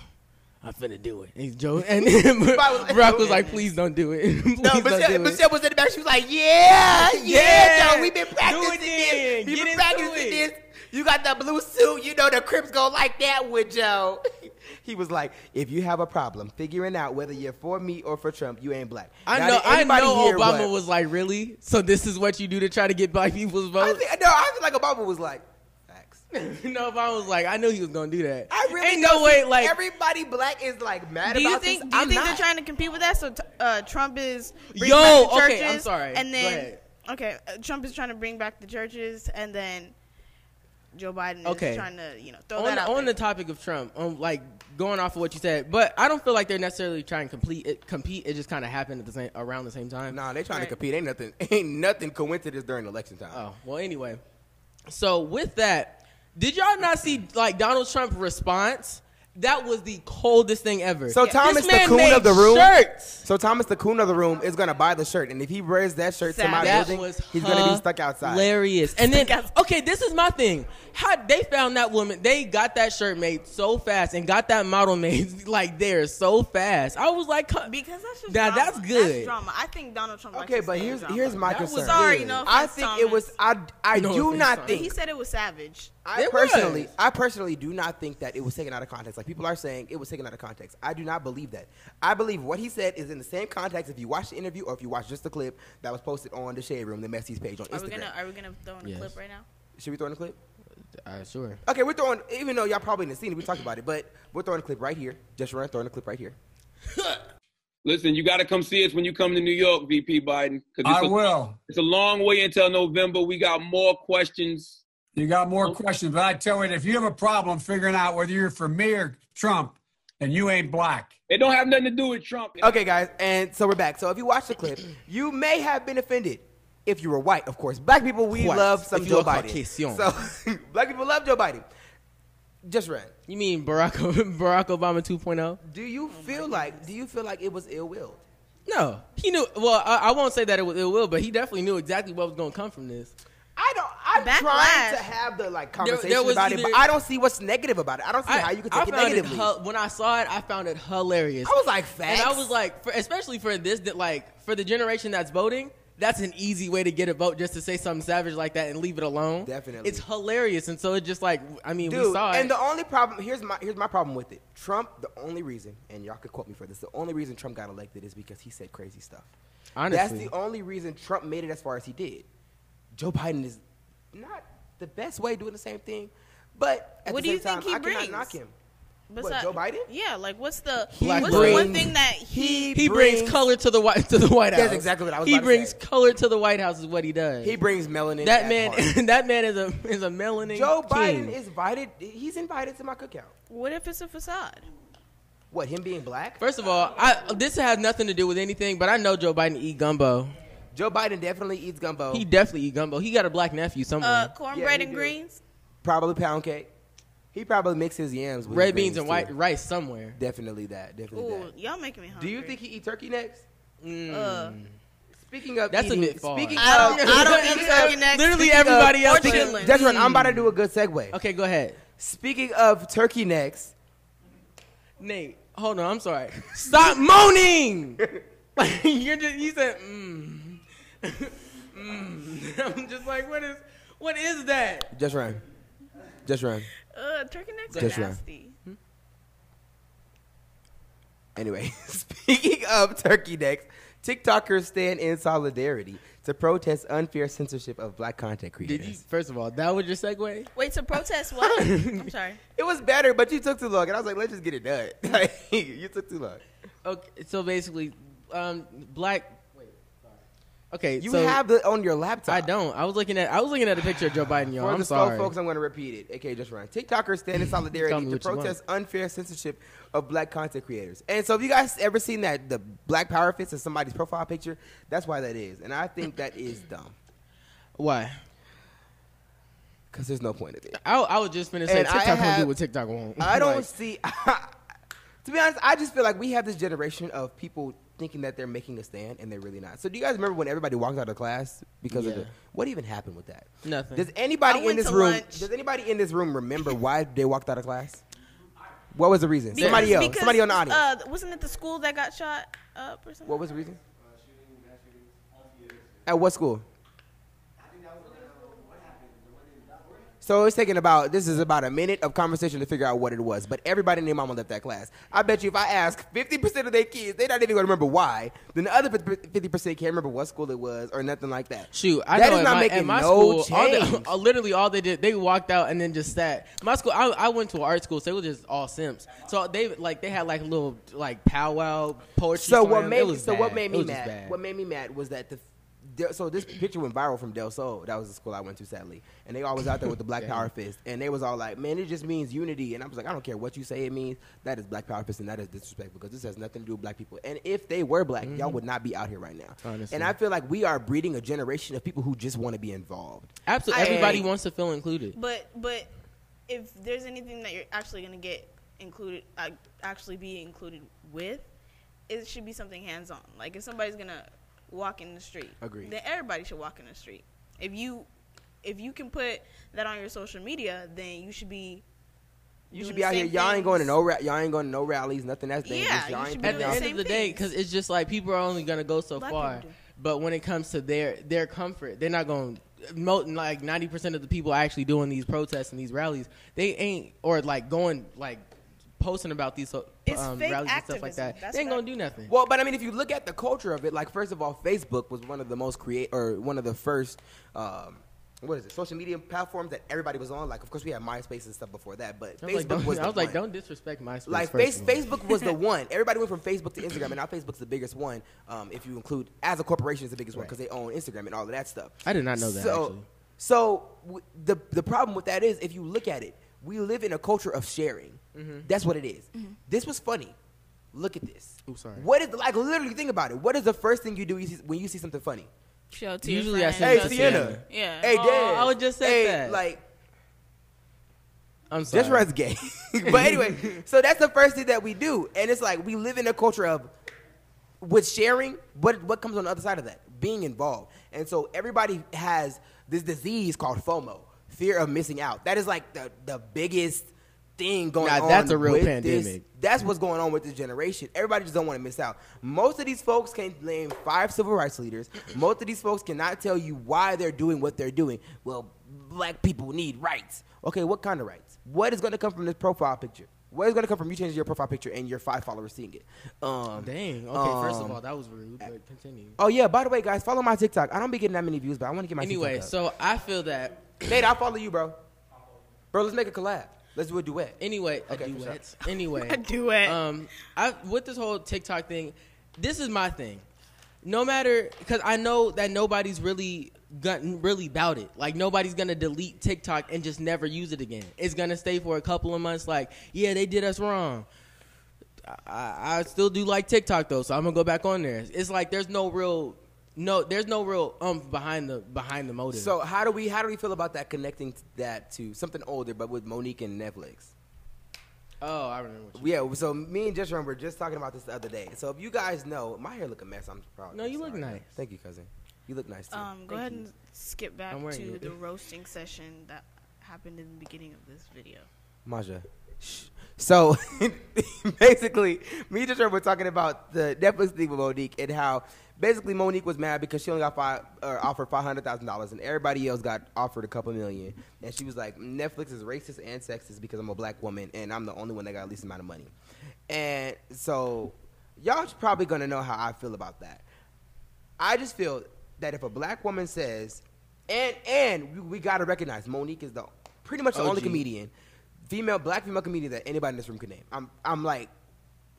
I'm finna do it. And Joe and Barack was like, please don't do it. please No, but don't Seb, do but it. Seb was in the back. She was like, "Yeah, yeah, Yeah. Joe, we've been Do it practicing then. this. We've Get been into practicing it." this. You got the blue suit. You know the Crips go like that with Joe." he was like, "If you have a problem figuring out whether you're for me or for Trump, you ain't black." I Now, know. did I anybody know hear Obama what- was like, really? So this is what you do to try to get black people's I votes? think, no, I feel like Obama was like, "Facts." You know, Obama was like, I knew he was gonna do that. I really ain't don't no way. see- Like, everybody black is like mad Do about you this. think? Do you I'm think they're not. trying to compete with that? So t- uh, Trump is bringing Yo, back the okay, churches, I'm sorry. Go and then ahead. okay, uh, Trump is trying to bring back the churches, and then Joe Biden Okay. is trying to you know throw on, that out. on the there. topic of Trump, on like going off of what you said, but I don't feel like they're necessarily trying to complete it. Compete. It just kind of happened at the same around the same time. Nah, they trying Right. to compete. Ain't nothing. Ain't nothing coincidence during election time. Oh well. Anyway, so with that, did y'all not see like Donald Trump's response? That was the coldest thing ever. So This Thomas the man coon made of the room. Shirts. So Thomas the coon of the room is gonna buy the shirt, and if he wears that shirt to my Savage. That building, was he's gonna be stuck outside. Hilarious. And then, Stuck outside. okay, this is my thing. How they found that woman? They got that shirt made so fast and got that model made like there so fast. I was like, come- because that's just Now, drama. that's good. drama. I think Donald Trump. likes Okay, to but stay in here's drama. here's my That was concern. Sorry, no I offense, think Thomas. it was. I I No do offense, not Thomas. But think. he said it was savage. I It personally, was. I personally do not think that it was taken out of context. Like people are saying, it was taken out of context. I do not believe that. I believe what he said is in the same context. If you watch the interview or if you watch just the clip that was posted on the Shade Room, the Messi's page on Are Instagram. we gonna Are we gonna throw in a Yes. clip right now? Should we throw in a clip? Uh, sure. Okay, we're throwing. Even though y'all probably didn't see it, we talked about it, but we're throwing a clip right here. Just run throwing a clip right here. Listen, you got to come see us when you come to New York, VP Biden. 'cause I it's a- will. It's a long way until November. We got more questions. You got more questions, but I tell you, if you have a problem figuring out whether you're for me or Trump, and you ain't black. It don't have nothing to do with Trump. Okay, guys, and so we're back. So if you watch the clip, you may have been offended if you were white, of course. Black people, we White, love some if you Joe are Biden. Caucasian. So black people love Joe Biden. Just run. You mean Barack Barack Obama oh? 2.0? Do you feel like? Do you feel like it was ill willed? No, he knew. Well, I, I won't say that it was ill will, but he definitely knew exactly what was going to come from this. I don't. I'm Backlash. trying to have the like conversation there was about it, either- but I don't see what's negative about it. I don't see I, how you could I take it found negatively. hu- when I saw it, I found it hilarious. I was like, facts. And I was like, for, especially for this, that like for the generation that's voting, that's an easy way to get a vote just to say something savage like that and leave it alone. Definitely. it's hilarious, and so it just like I mean, we Dude, saw and it. the only problem here's my here's my problem with it. Trump, the only reason, and y'all could quote me for this, the only reason Trump got elected is because he said crazy stuff. that's Honestly. the only reason Trump made it as far as he did. Joe Biden is not the best way doing the same thing, but at What the do you same time, think he I cannot brings? knock him. Besi- Joe Biden? Yeah, like what's the He what's the brings- one thing that he, he brings, color to the white to the White House. That's exactly what I was He about to brings say. color to the White House is what he does. He brings melanin. that at man, heart. that man is a is a melanin. Joe Biden king. is invited. He's invited to my cookout. What if it's a facade? What him being black? First of all, I, this has nothing to do with anything, but I know Joe Biden eat gumbo. Joe Biden definitely eats gumbo. He definitely eat gumbo. He got a black nephew somewhere. Uh, cornbread he and do. greens. probably pound cake. He probably mixes yams with Red his beans and greens, white too. rice somewhere. Definitely that. Definitely Ooh, that. y'all making me hungry. Do you think he eat turkey next? Mm. Uh, Speaking of That's a eating, bit far. Speaking I don't- of, I don't eat speaking turkey of- next. Literally Speaking everybody of- else. or eat it. chitlins. That's right. I'm about to do a good segue. Okay, go ahead. Speaking of turkey necks, Nate, hold on. I'm sorry. Stop moaning. Like you're just you said mm. mm. I'm just like what is what is that? just run, just run. uh, turkey necks That's are right. nasty. Anyway, speaking of turkey necks, TikTokers stand in solidarity to protest unfair censorship of black content creators. Did you first of all that was your segue? Wait to protest what? I'm sorry. It was better, but you took too long, and I was like, let's just get it done. Like, you took too long. Okay, so basically, um, black. Wait, sorry. Okay, You so have it on your laptop. I don't. I was looking at. I was looking at a picture of Joe Biden. Y'all, For I'm the sorry. slow folks, I'm going to repeat it. Okay, just run. TikTokers stand in Tell me solidarity to what you want. protest unfair censorship of black content creators. And so, if you guys ever seen that the black power fits in somebody's profile picture, that's why that is. And I think that is dumb Why? because there's no point of it. I, I was just finna say And I TikTok gonna have- do what TikTok won't. I don't Like, see. to be honest, I just feel like we have this generation of people thinking that they're making a stand and they're really not. So, do you guys remember when everybody walked out of class because of Yeah. the what even happened with that? Nothing. Does I anybody in went this to room? lunch. Does anybody in this room remember why they walked out of class? What was the reason? Because- somebody else. because, somebody on the audience. Uh, wasn't it the school that got shot up or something? what was the reason? At what school? So it's taking about this is about a minute of conversation to figure out what it was. But everybody and their mama left that class. I bet you if I ask fifty percent of their kids, they're not even gonna remember why. Then the other fifty percent can't remember what school it was or nothing like that. Shoot, I That know is at not my, at making my no school, all they- change. literally all they did, they walked out and then just sat. My school, I, I went to an art school, so it was just all Sims. So they like they had like a little like powwow poetry. So what slam. It made was so bad. what made It me was just mad? bad. What made me mad was that the Del- so this picture went viral from Del Sol. That was the school I went to, sadly. And they always out there with the Black Power fist, and they was all like, "Man, it just means unity." And I was like, "I don't care what you say it means. That is Black Power fist, and that is disrespectful because this has nothing to do with black people. And if they were black, y'all would not be out here right now. Honestly. And I feel like we are breeding a generation of people who just want to be involved. Absolutely, I- everybody wants to feel included. But but if there's anything that you're actually gonna get included, like actually be included with, it should be something hands on. Like if somebody's gonna walk in the street, Agreed. Then everybody should walk in the street. If you if you can put that on your social media, then you should be. You doing should the be out here. same Y'all ain't going to things. no ra- y'all ain't going to no rallies, nothing that's dangerous. Yeah, y'all you ain't should be throwing At the doing the out- end same of the day, things. because it's just like people are only gonna go so Black far. people do. But when it comes to their their comfort, they're not going. Mo- like ninety percent of the people actually doing these protests and these rallies, they ain't or like going like posting about these so- It's um, fake rallies and stuff like activism. that. That's they ain't what I- gonna do nothing. Well, but I mean, if you look at the culture of it, like first of all, Facebook was one of the most create or one of the first, um, what is it, social media platforms that everybody was on. Like, of course, we had MySpace and stuff before that, but I Facebook was, like, don't, was. The I was like, one. don't disrespect MySpace. Like first face, of all. Facebook was the one. Everybody went from Facebook to Instagram, and now Facebook's the biggest one. Um, if you include, as a corporation, is the biggest one because they own Instagram and all of that stuff. I did not know that, So, actually. so w- the the problem with that is, if you look at it, we live in a culture of sharing. Mm-hmm. That's what it is. This was funny. Look at this. Ooh, sorry. What is like? Literally, think about it. What is the first thing you do you see, when you see something funny? Show to your Usually I friends. Hey, Show to Sienna. Sienna. Yeah. Hey, Oh, Dad. I would just say hey, that. Like, I'm sorry. Just Red's gay. but anyway, so that's the first thing that we do. And it's like we live in a culture of with sharing, but what comes on the other side of that? Being involved. And so everybody has this disease called FOMO, fear of missing out. That is like the, the biggest thing going Now, on. that's a real with pandemic. this- that's what's going on with this generation. Everybody just don't want to miss out. Most of these folks can blame five civil rights leaders. Most of these folks cannot tell you why they're doing what they're doing. Well, black people need rights. Okay, what kind of rights? What is going to come from this profile picture? What is going to come from you changing your profile picture and your five followers seeing it? Um, Dang. Okay. first um, of all, that was rude. But continue. Oh yeah. By the way, guys, follow my TikTok. I don't be getting that many views, but I want to get my Anyway, TikTok so I feel that. up. Nate, I'll follow you, bro. Bro, let's make a collab. Let's do a duet. Anyway, Okay, a for duet. Anyway, A duet. Um, I with this whole TikTok thing, this is my thing. No matter, because I know that nobody's really gotten really about it. Like nobody's gonna delete TikTok and just never use it again. It's gonna stay for a couple of months. Like, yeah, they did us wrong. I, I still do like TikTok though, so I'm gonna go back on there. It's like there's no real, no, there's no real umph behind the behind the motive. So how do we how do we feel about that connecting t- that to something older, but with Monique and Netflix? oh, I remember. What you Yeah. So me and Jeshurun were just talking about this the other day. So if you guys know, my hair look a mess. I'm proud. No, I'm you look sorry. nice. Thank you, cousin. You look nice too. Um, go Thank ahead you. and skip back I'm wearing to it. the roasting session that happened in the beginning of this video. Maja. Shh. So basically, me and Jeshurun were talking about the Netflix thing with Monique and how basically Monique was mad because she only got five or offered five hundred thousand dollars, and everybody else got offered a couple million, and she was like, Netflix is racist and sexist because I'm a black woman and I'm the only one that got the least amount of money, and so y'all probably gonna know how I feel about that. I just feel that if a black woman says, and and we, we gotta recognize Monique is the pretty much the only OG. comedian, female black female comedian that anybody in this room can name. I'm I'm like,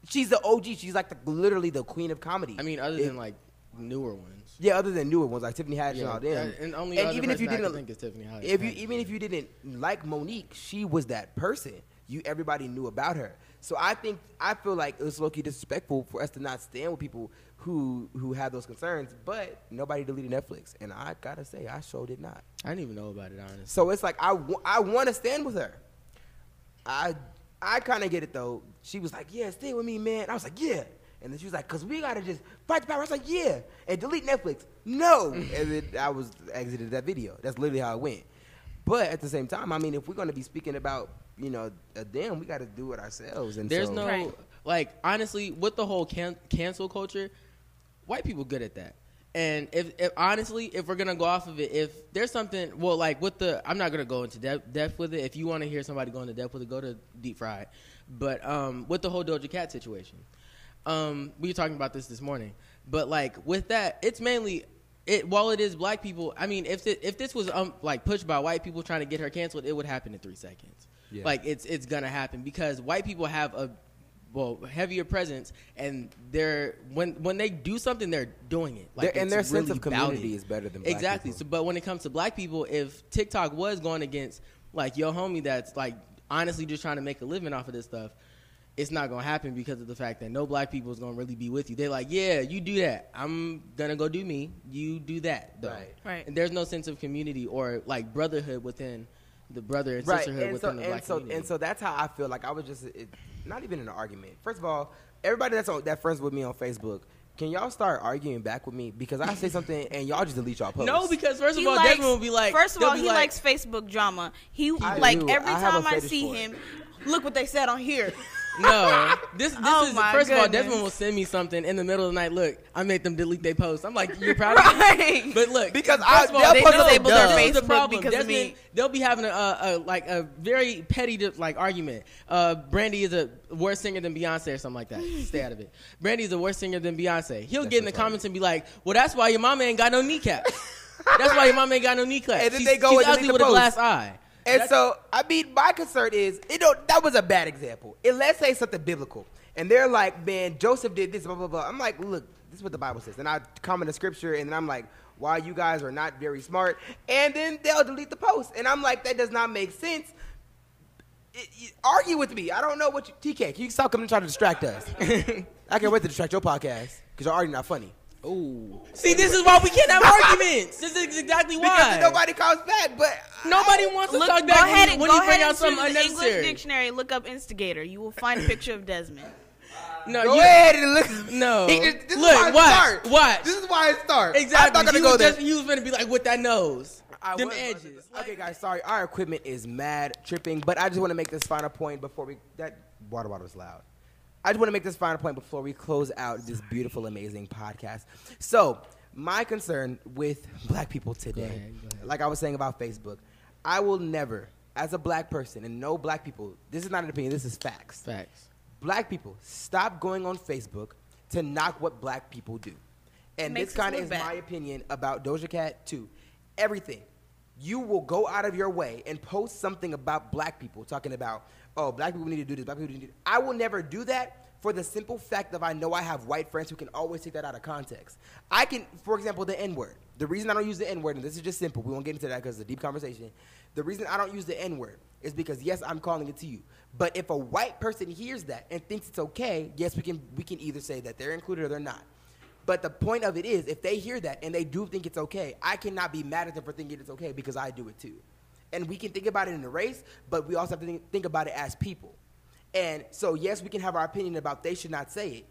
she's the OG. She's like the, literally the queen of comedy. I mean, other If- than like newer ones. yeah, other than newer ones like Tiffany Haddish Yeah, and all them. that- and only other person I can think is Tiffany Haddish. If you even if you didn't like Monique, she was that person. You everybody knew about her. So I think I feel like it was low key disrespectful for us to not stand with people who who have those concerns, but nobody deleted Netflix, and I gotta say I sure did not. I didn't even know about it, honestly. So it's like I, w- I want to stand with her. I I kind of get it though. She was like, "Yeah, stay with me, man." I was like, "Yeah," and then she was like, "Cause we gotta just fight the power." I was like, "Yeah," and delete Netflix. No, and then I was exited that video. That's literally how it went. But at the same time, I mean, if we're gonna be speaking about you know, uh, damn, we got to do it ourselves. And There's so- no Right. like honestly with the whole can- cancel culture, white people good at that. And if, if honestly, if we're gonna go off of it, if there's something, well, like with the, I'm not gonna go into depth, depth with it. If you want to hear somebody go into depth with it, go to Deep Fried. But um, with the whole Doja Cat situation, um, we were talking about this this morning. But like with that, it's mainly it. While it is black people, I mean, if it, if this was um, like pushed by white people trying to get her canceled, it would happen in three seconds. Yeah. Like it's it's gonna happen because white people have a well heavier presence and they're when when they do something they're doing it Their- and it's their sense of bouted. community is better than black exactly people. So, but when it comes to black people if tiktok was going against like your homie that's like honestly just trying to make a living off of this stuff it's not gonna happen because of the fact that no black people is gonna really be with you they're like yeah you do that i'm gonna go do me you do that though Right. Right. and there's no sense of community or like brotherhood within the brother and sisterhood and so, within the black and so, community And so that's how I feel. Like I was just it, not even in an argument. First of all, everybody that's on, that friends with me on Facebook, can y'all start arguing back with me because I say something and y'all just delete y'all post. no because first He of all likes- desmond will be like first of they'll all, be he like- likes Facebook drama. He I like do. every I have a time I fetish see for it. him, look what they said on here. No, this this Oh is my first of all, goodness. Desmond will send me something in the middle of the night. Look, I made them delete their post. I'm like, you're proud of me, Right. but look, Because first I- of all, they'll post know- something dumb. this is the Facebook problem. because of me. Desmond, they'll be having a, a, a like a very petty like argument. Uh, Brandy is a worse singer than Beyonce or something like that. Stay out of it. Brandy is a worse singer than Beyonce. He'll get in the what's wrong. comments and be like, well, that's why your mama ain't got no kneecaps. that's why your mama ain't got no kneecaps. And then She's- they go she's and delete ugly the with a post. glass eye. And so, I mean, my concern is, you know, that was a bad example. And let's say something biblical. And they're like, man, Joseph did this, blah, blah, blah. I'm like, look, this is what the Bible says. And I comment a scripture, and then I'm like, why you guys are not very smart. And then they'll delete the post. And I'm like, that does not make sense. It- it- argue with me. I don't know what you. TK, can you stop coming and try to distract us? I can't wait to distract your podcast because you're already not funny. Ooh. See, this is why we can't have arguments. This is exactly why. Because then nobody calls back, but. I- Nobody wants to Look, talk go back ahead when you, and when go you bring ahead out and something choose the English unnecessary. dictionary. Look up instigator. You will find a picture of Desmond. No, Go you- ahead and look. No. He just- this Look, is why watch, I start. watch. This is why I start. Exactly. I'm not gonna you go was there. Just, you was gonna be like with that nose, I them was about to- edges. okay, guys, sorry. Our equipment is mad tripping, but I just want to make this final point before we. That water bottle is loud. I just want to make this final point before we close out this beautiful, amazing podcast. So, my concern with black people today, ahead, go ahead. like I was saying about Facebook, I will never, as a black person, and no black people, this is not an opinion, this is facts. Facts. Black people, stop going on Facebook to knock what black people do. And Makes this us kind of look is bad. my opinion about Doja Cat too. Everything. You will go out of your way and post something about black people, talking about, oh, black people need to do this, black people need to do I will never do that for the simple fact of I know I have white friends who can always take that out of context. I can, for example, the N word. The reason I don't use the N word, and this is just simple, we won't get into that because it's a deep conversation. The reason I don't use the N word is because yes, I'm calling it to you. But if a white person hears that and thinks it's okay, yes, we can we can either say that they're included or they're not. But the point of it is, if they hear that and they do think it's okay, I cannot be mad at them for thinking it's okay because I do it too. And we can think about it in a race, but we also have to think, think about it as people. And so, yes, we can have our opinion about they should not say it,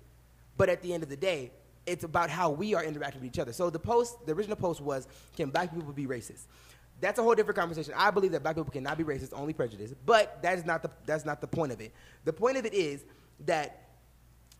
but at the end of the day, it's about how we are interacting with each other. So the post, the original post was, can black people be racist? That's a whole different conversation. I believe that black people cannot be racist, only prejudice. But that is not the that's not the point of it. The point of it is that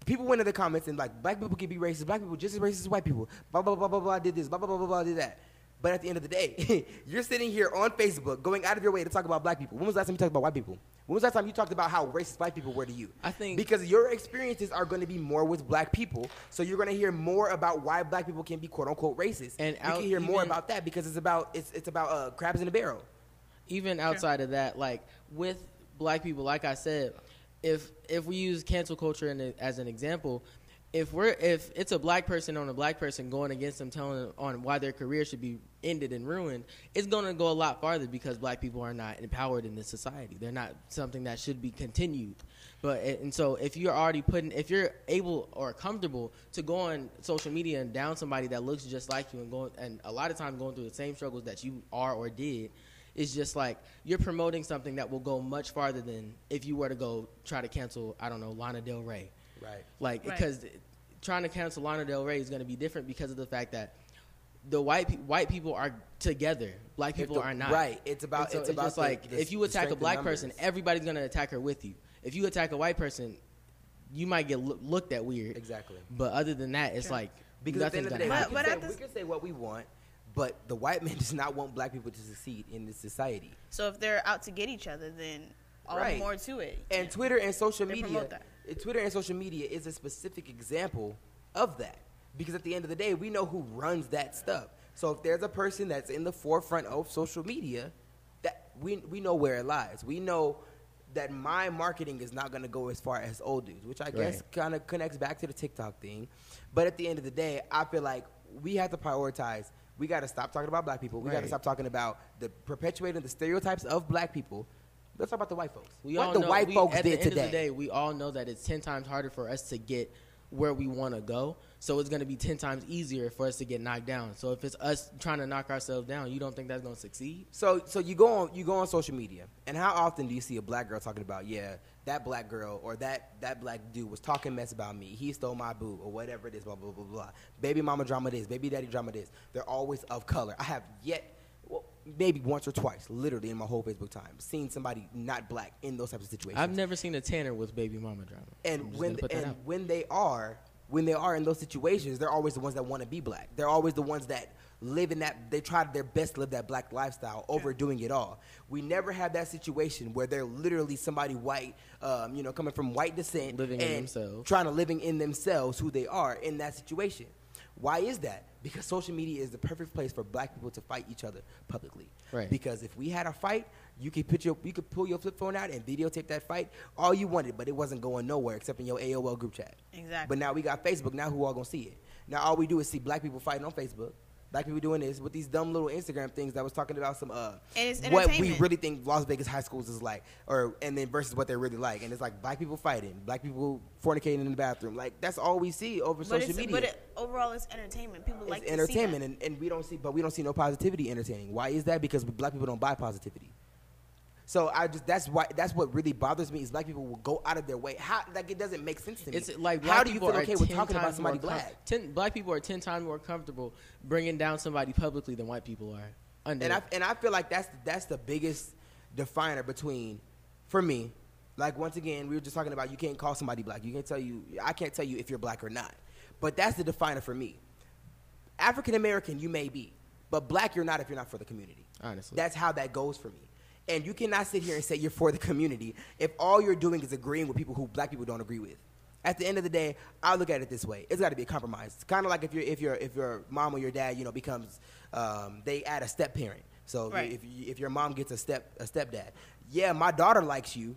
people went in the comments and like black people can be racist, black people just as racist as white people. Blah blah blah blah blah did this, blah blah blah blah blah did that. But at the end of the day, you're sitting here on Facebook going out of your way to talk about black people. When was the last time you talked about white people? When was the last time you talked about how racist white people were to you? I think- because your experiences are going to be more with black people, so you're going to hear more about why black people can be quote unquote racist, And you out- can hear more even- about that because it's about it's it's about uh, crabs in a barrel. even outside of that, like with black people, like I said, if if we use cancel culture in, a- as an example, if we're if it's a black person on a black person going against them, telling them on why their career should be ended and ruined, it's going to go a lot farther because black people are not empowered in this society. They're not something that should be continued. But and so if you're already putting, if you're able or comfortable to go on social media and down somebody that looks just like you and going and a lot of time going through the same struggles that you are or did, it's just like you're promoting something that will go much farther than if you were to go try to cancel I don't know Lana Del Rey, Right. Like Right. because trying to cancel Lana Del Rey is going to be different because of the fact that the white pe- white people are together. Black If people the- are not. right, it's about- And so it's about just the- like the- if you the attack strength a of black person, numbers. everybody's gonna attack her with you. If you attack a white person, you might get loo- looked at weird. Exactly. But other than that, it's like Because at the end nothing's of the gonna day, happen. we, can But- but say, at we the- can say what we want, but the white man does not want black people to succeed in this society. So if they're out to get each other, then all the Right. more to it. And Twitter and social They media, promote that. uh, Twitter and social media is a specific example of that. Because at the end of the day, we know who runs that stuff. So if there's a person that's in the forefront of social media, that we we know where it lies. We know that my marketing is not going to go as far as old dudes, which I guess Right. kind of connects back to the TikTok thing. But at the end of the day, I feel like we have to prioritize. We got to stop talking about black people. We got to Right. stop talking about the perpetuating the stereotypes of black people. Let's talk about the white folks We what all the know, white we- folks at did the end today. Of the day, we all know that it's ten times harder for us to get where we want to go. So it's going to be ten times easier for us to get knocked down. So if it's us trying to knock ourselves down, you don't think that's going to succeed? So, so you go on you go on social media, and how often do you see a black girl talking about, yeah, that black girl or that that black dude was talking mess about me, he stole my boo or whatever it is, blah blah blah blah. Baby mama drama this, baby daddy drama this. They're always of color. I have yet, well, maybe once or twice, literally in my whole Facebook time, seen somebody not black in those types of situations. I've never seen a Tanner with baby mama drama. I'm and just when gonna put that and out. when they are when they are in those situations, they're always the ones that want to be black. They're always the ones that live in that. They try their best to live that black lifestyle, overdoing it all. We never have that situation where they're literally somebody white, um, you know, coming from white descent, Living in and themselves. trying to living in themselves who they are in that situation. Why is that? Because social media is the perfect place for black people to fight each other publicly. Right. Because if we had a fight, you could put your you could pull your flip phone out and videotape that fight all you wanted, but it wasn't going nowhere except in your AOL group chat. Exactly. But now we got Facebook, now who all gonna see it? Now all we do is see black people fighting on Facebook. Black people doing this with these dumb little Instagram things that was talking about some uh And it's what we entertainment. really think Las Vegas high schools is like, or and then versus what they're really like, and it's like black people fighting, black people fornicating in the bathroom, like that's all we see over but social it's, media. But it, overall, it's entertainment. People like it's to entertainment, See and, and we don't see, but we don't see no positivity entertaining. Why is that? Because black people don't buy positivity. So I just that's why that's what really bothers me is black people will go out of their way. How like it doesn't make sense to me. It's like how black do you people feel are okay with 10 talking about times more somebody com- black? ten, black people are ten times more comfortable bringing down somebody publicly than white people are. Under and I and I feel like that's that's the biggest definer between for me. Like once again, we were just talking about you can't call somebody black. You can't tell you I can't tell you if you're black or not. But that's the definer for me. African American you may be, but black you're not if you're not for the community. Honestly. That's how that goes for me. And you cannot sit here and say you're for the community if all you're doing is agreeing with people who black people don't agree with. At the end of the day, I look at it this way: it's got to be a compromise. It's kind of like if your if your if your mom or your dad, you know, becomes um, they add a step parent. So Right. if you, if your mom gets a step a stepdad, yeah, my daughter likes you,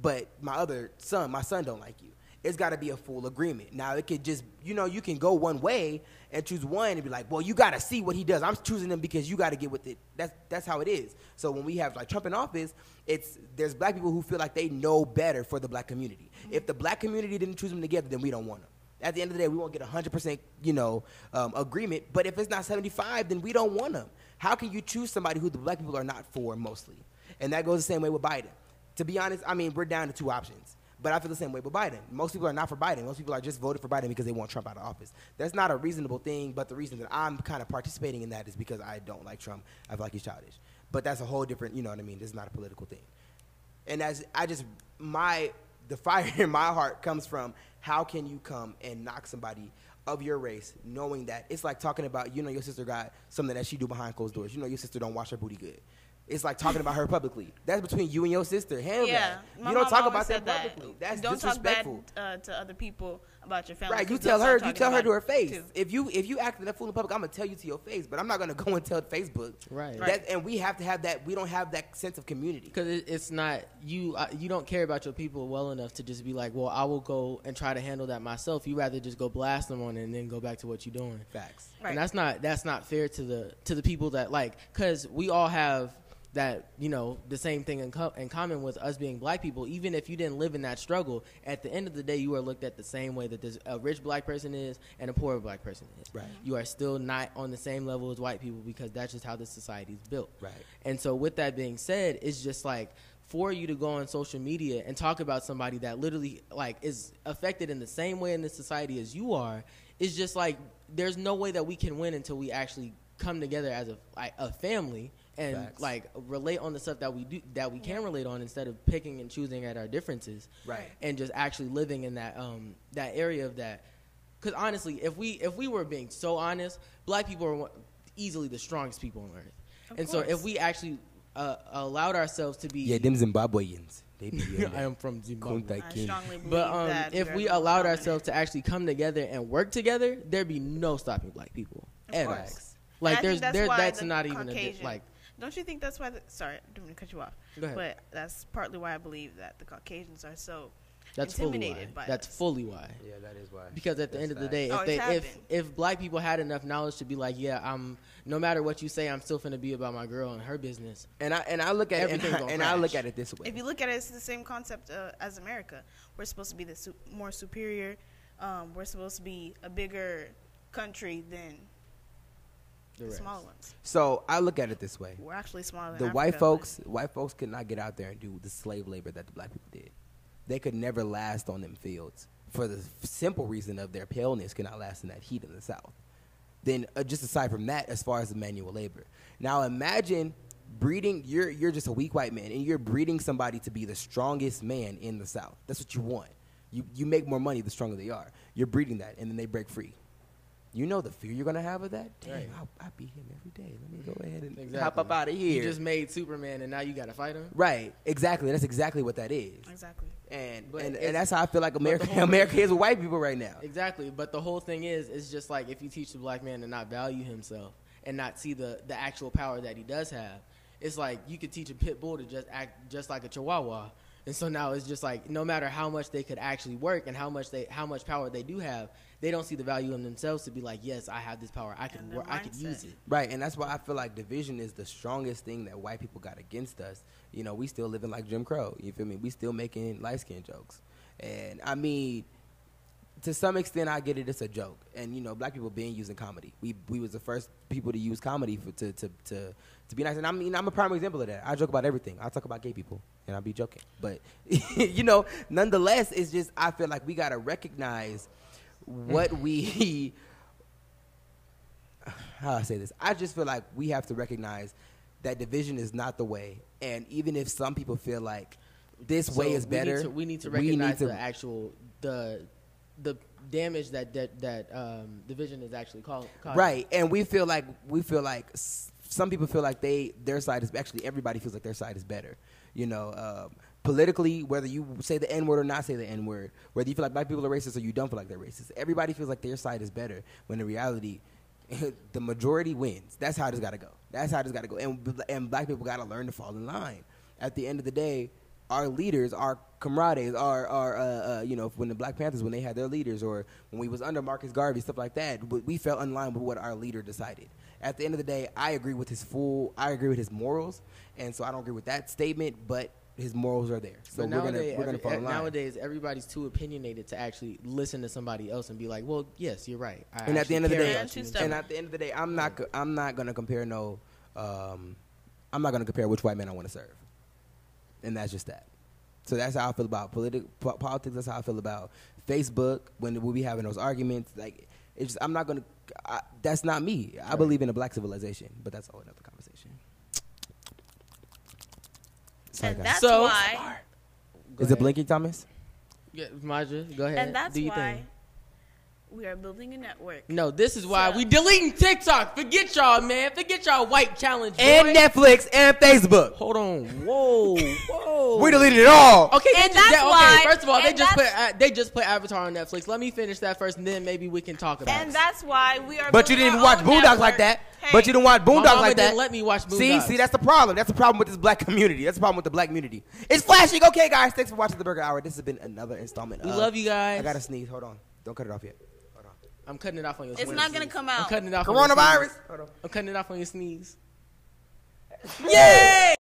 but my other son, my son don't like you. It's got to be a full agreement. Now it could just you know you can go one way and choose one and be like, well, you got to see what he does. I'm choosing him because you got to get with it. That's that's how it is. So when we have like Trump in office, it's there's black people who feel like they know better for the black community. If the black community didn't choose them together, then we don't want them. At the end of the day, we won't get 100% you know, um, agreement. But if it's not 75, then we don't want them. How can you choose somebody who the black people are not for mostly? And that goes the same way with Biden. To be honest, I mean, we're down to two options. But I feel the same way with Biden. Most people are not for Biden. Most people are just voting for Biden because they want Trump out of office. That's not a reasonable thing, but the reason that I'm kind of participating in that is because I don't like Trump. I feel like he's childish. But that's a whole different, you know what I mean? This is not a political thing. And as I just my the fire in my heart comes from how can you come and knock somebody of your race knowing that it's like talking about you know your sister got something that she do behind closed doors. You know your sister don't wash her booty good. It's like talking about her publicly. That's between you and your sister. Hell that. yeah. Yeah, my You don't mom talk about always that said publicly. That's don't disrespectful. talk bad uh, to other people about your family. Right, you 'cause they'll tell her, start you talking tell her about to her it, face. too. If you if you acting that fool in public, I'm gonna tell you to your face. But I'm not gonna go and tell Facebook. Right. That, And we have to have that. We don't have that sense of community. because it, it's not you. Uh, you don't care about your people well enough to just be like, "Well, I will go and try to handle that myself." You rather just go blast them on it and then go back to what you're doing. Facts. Right. And that's not that's not fair to the to the people that like because we all have that you know the same thing in, co- in common with us being black people. Even if you didn't live in that struggle, at the end of the day, you are looked at the same way that this, a rich black person is and a poor black person is. Right. You are still not on the same level as white people because that's just how the society is built. Right. And so, with that being said, it's just like for you to go on social media and talk about somebody that literally like is affected in the same way in this society as you are, it's just like there's no way that we can win until we actually come together as a like, a family and Facts. like relate on the stuff that we do that we can relate on instead of picking and choosing at our differences Right. and just actually living in that um that area of that because honestly if we if we were being so honest black people are one- easily the strongest people on earth and so if course. we actually uh, allowed ourselves to be Yeah, them Zimbabweans. They be in I there. am from Zimbabwe. I King. strongly believe But um, that if we're we more allowed dominant. ourselves to actually come together and work together, there'd be no stopping black people ever. course. And I Like think there's that's there why that's the not even a di- Caucasian- like Don't you think that's why? The, sorry, I didn't mean to cut you off. Go ahead. But that's partly why I believe that the Caucasians are so that's fully why. intimidated by That's us. fully why. Yeah, that is why. Because at the That's end of the facts. day, if Oh, they it's if happened. if black people had enough knowledge to be like, yeah, I'm no matter what you say, I'm still finna be about my girl and her business. and I and I look at it and, Everything's gonna and I look crash. at it this way. If you look at it, it's the same concept uh, as America. We're supposed to be the su- more superior. Um, we're supposed to be a bigger country than The the, rest. small ones. so I look at it this way. We're actually smaller. than the white Africa, but- folks white folks could not get out there and do the slave labor that the black people did they could never last on them fields for the simple reason of their paleness could not last in that heat in the south then uh, just aside from that as far as the manual labor now imagine breeding you're you're just a weak white man and you're breeding somebody to be the strongest man in the south that's what you want you you make more money the stronger they are you're breeding that and then they break free you know the fear you're gonna have of that. Damn, Right. I, I beat him every day. Let me go ahead and Exactly. hop up out of here. You just made Superman and now you gotta fight him. Right, exactly. That's exactly what that is, Exactly. and But and, it's- and that's how I feel like America the whole- America is with white people right now. Exactly, but the whole thing is, it's just like if you teach the black man to not value himself and not see the the actual power that he does have, it's like you could teach a pit bull to just act just like a chihuahua, and so now it's just like no matter how much they could actually work and how much they how much power they do have, they don't see the value in themselves to be like, yes, I have this power, I can And their work, I can mindset. use it. Right, and that's why I feel like division is the strongest thing that white people got against us. You know, we still living like Jim Crow. You feel me? We still making light skin jokes, and I mean, to some extent, I get it. It's a joke, and you know, black people been using comedy. We we was the first people to use comedy for, to to to to be nice. And I mean, I'm a prime example of that. I joke about everything. I talk about gay people, and I be joking. But you know, nonetheless, it's just I feel like we gotta recognize what we how I say this. I just feel like we have to recognize that division is not the way. And even if some people feel like this way So is we need better, to- We need to, we need recognize to- the actual the the damage that that that um, division is actually cau- causing. right. And we feel like we feel like s- some people feel like they their side is actually everybody feels like their side is better. You know, um, politically, whether you say the N word or not say the N word, whether you feel like black people are racist or you don't feel like they're racist, everybody feels like their side is better. When in reality, the majority wins. That's how this got to go. That's how this got to go. And and black people got to learn to fall in line. At the end of the day, our leaders, our comrades, our, our uh, uh, you know, when the Black Panthers, when they had their leaders, or when we was under Marcus Garvey, stuff like that, we, we fell in line with what our leader decided. At the end of the day, I agree with his full, I agree with his morals, and so I don't agree with that statement, but his morals are there. So But we're gonna nowadays, we're gonna every- fall in line. nowadays, everybody's too opinionated to actually listen to somebody else and be like, "Well, yes, you're right." I and at the actually end of the care day, about you." And and at the end of the day, I'm not go- I'm not gonna compare no, um, I'm not gonna compare which white man I want to serve, and that's just that. So that's how I feel about politi- po- politics. That's how I feel about Facebook when we be having those arguments. Like it's just I'm not gonna. I, that's not me. I believe in a black civilization, but that's a whole another conversation. Sorry, and guys. that's So- why. Go Is it ahead. blinking, Thomas? Yeah, Maja, go ahead. And that's Do you why think? we are building a network. No, this is why So- we deleting TikTok. Forget y'all, man. Forget y'all white challenge. boy. And Netflix and Facebook. Hold on. Whoa, whoa. We deleted it all. Okay, they And just- that's yeah, why- okay. First of all, they and just put that's- uh, they just put Avatar on Netflix. Let me finish that first, and then maybe we can talk about And it. that's why we are. But you building didn't our watch own Boondocks network. like that. Hey, But you didn't watch My Boondocks mama like that. didn't let me watch See, Boondocks. see, that's the problem. That's the problem with this black community. That's the problem with the black community. It's flashing. Okay, guys, thanks for watching the Burger Hour. This has been another installment. We of- love you guys. I gotta sneeze. Hold on. Don't cut it off yet. Hold on. I'm cutting it off on your. It's sneeze. not gonna come I'm out. cutting it off. on your sneeze. Coronavirus. Hold on. I'm cutting it off on your sneeze. Yay!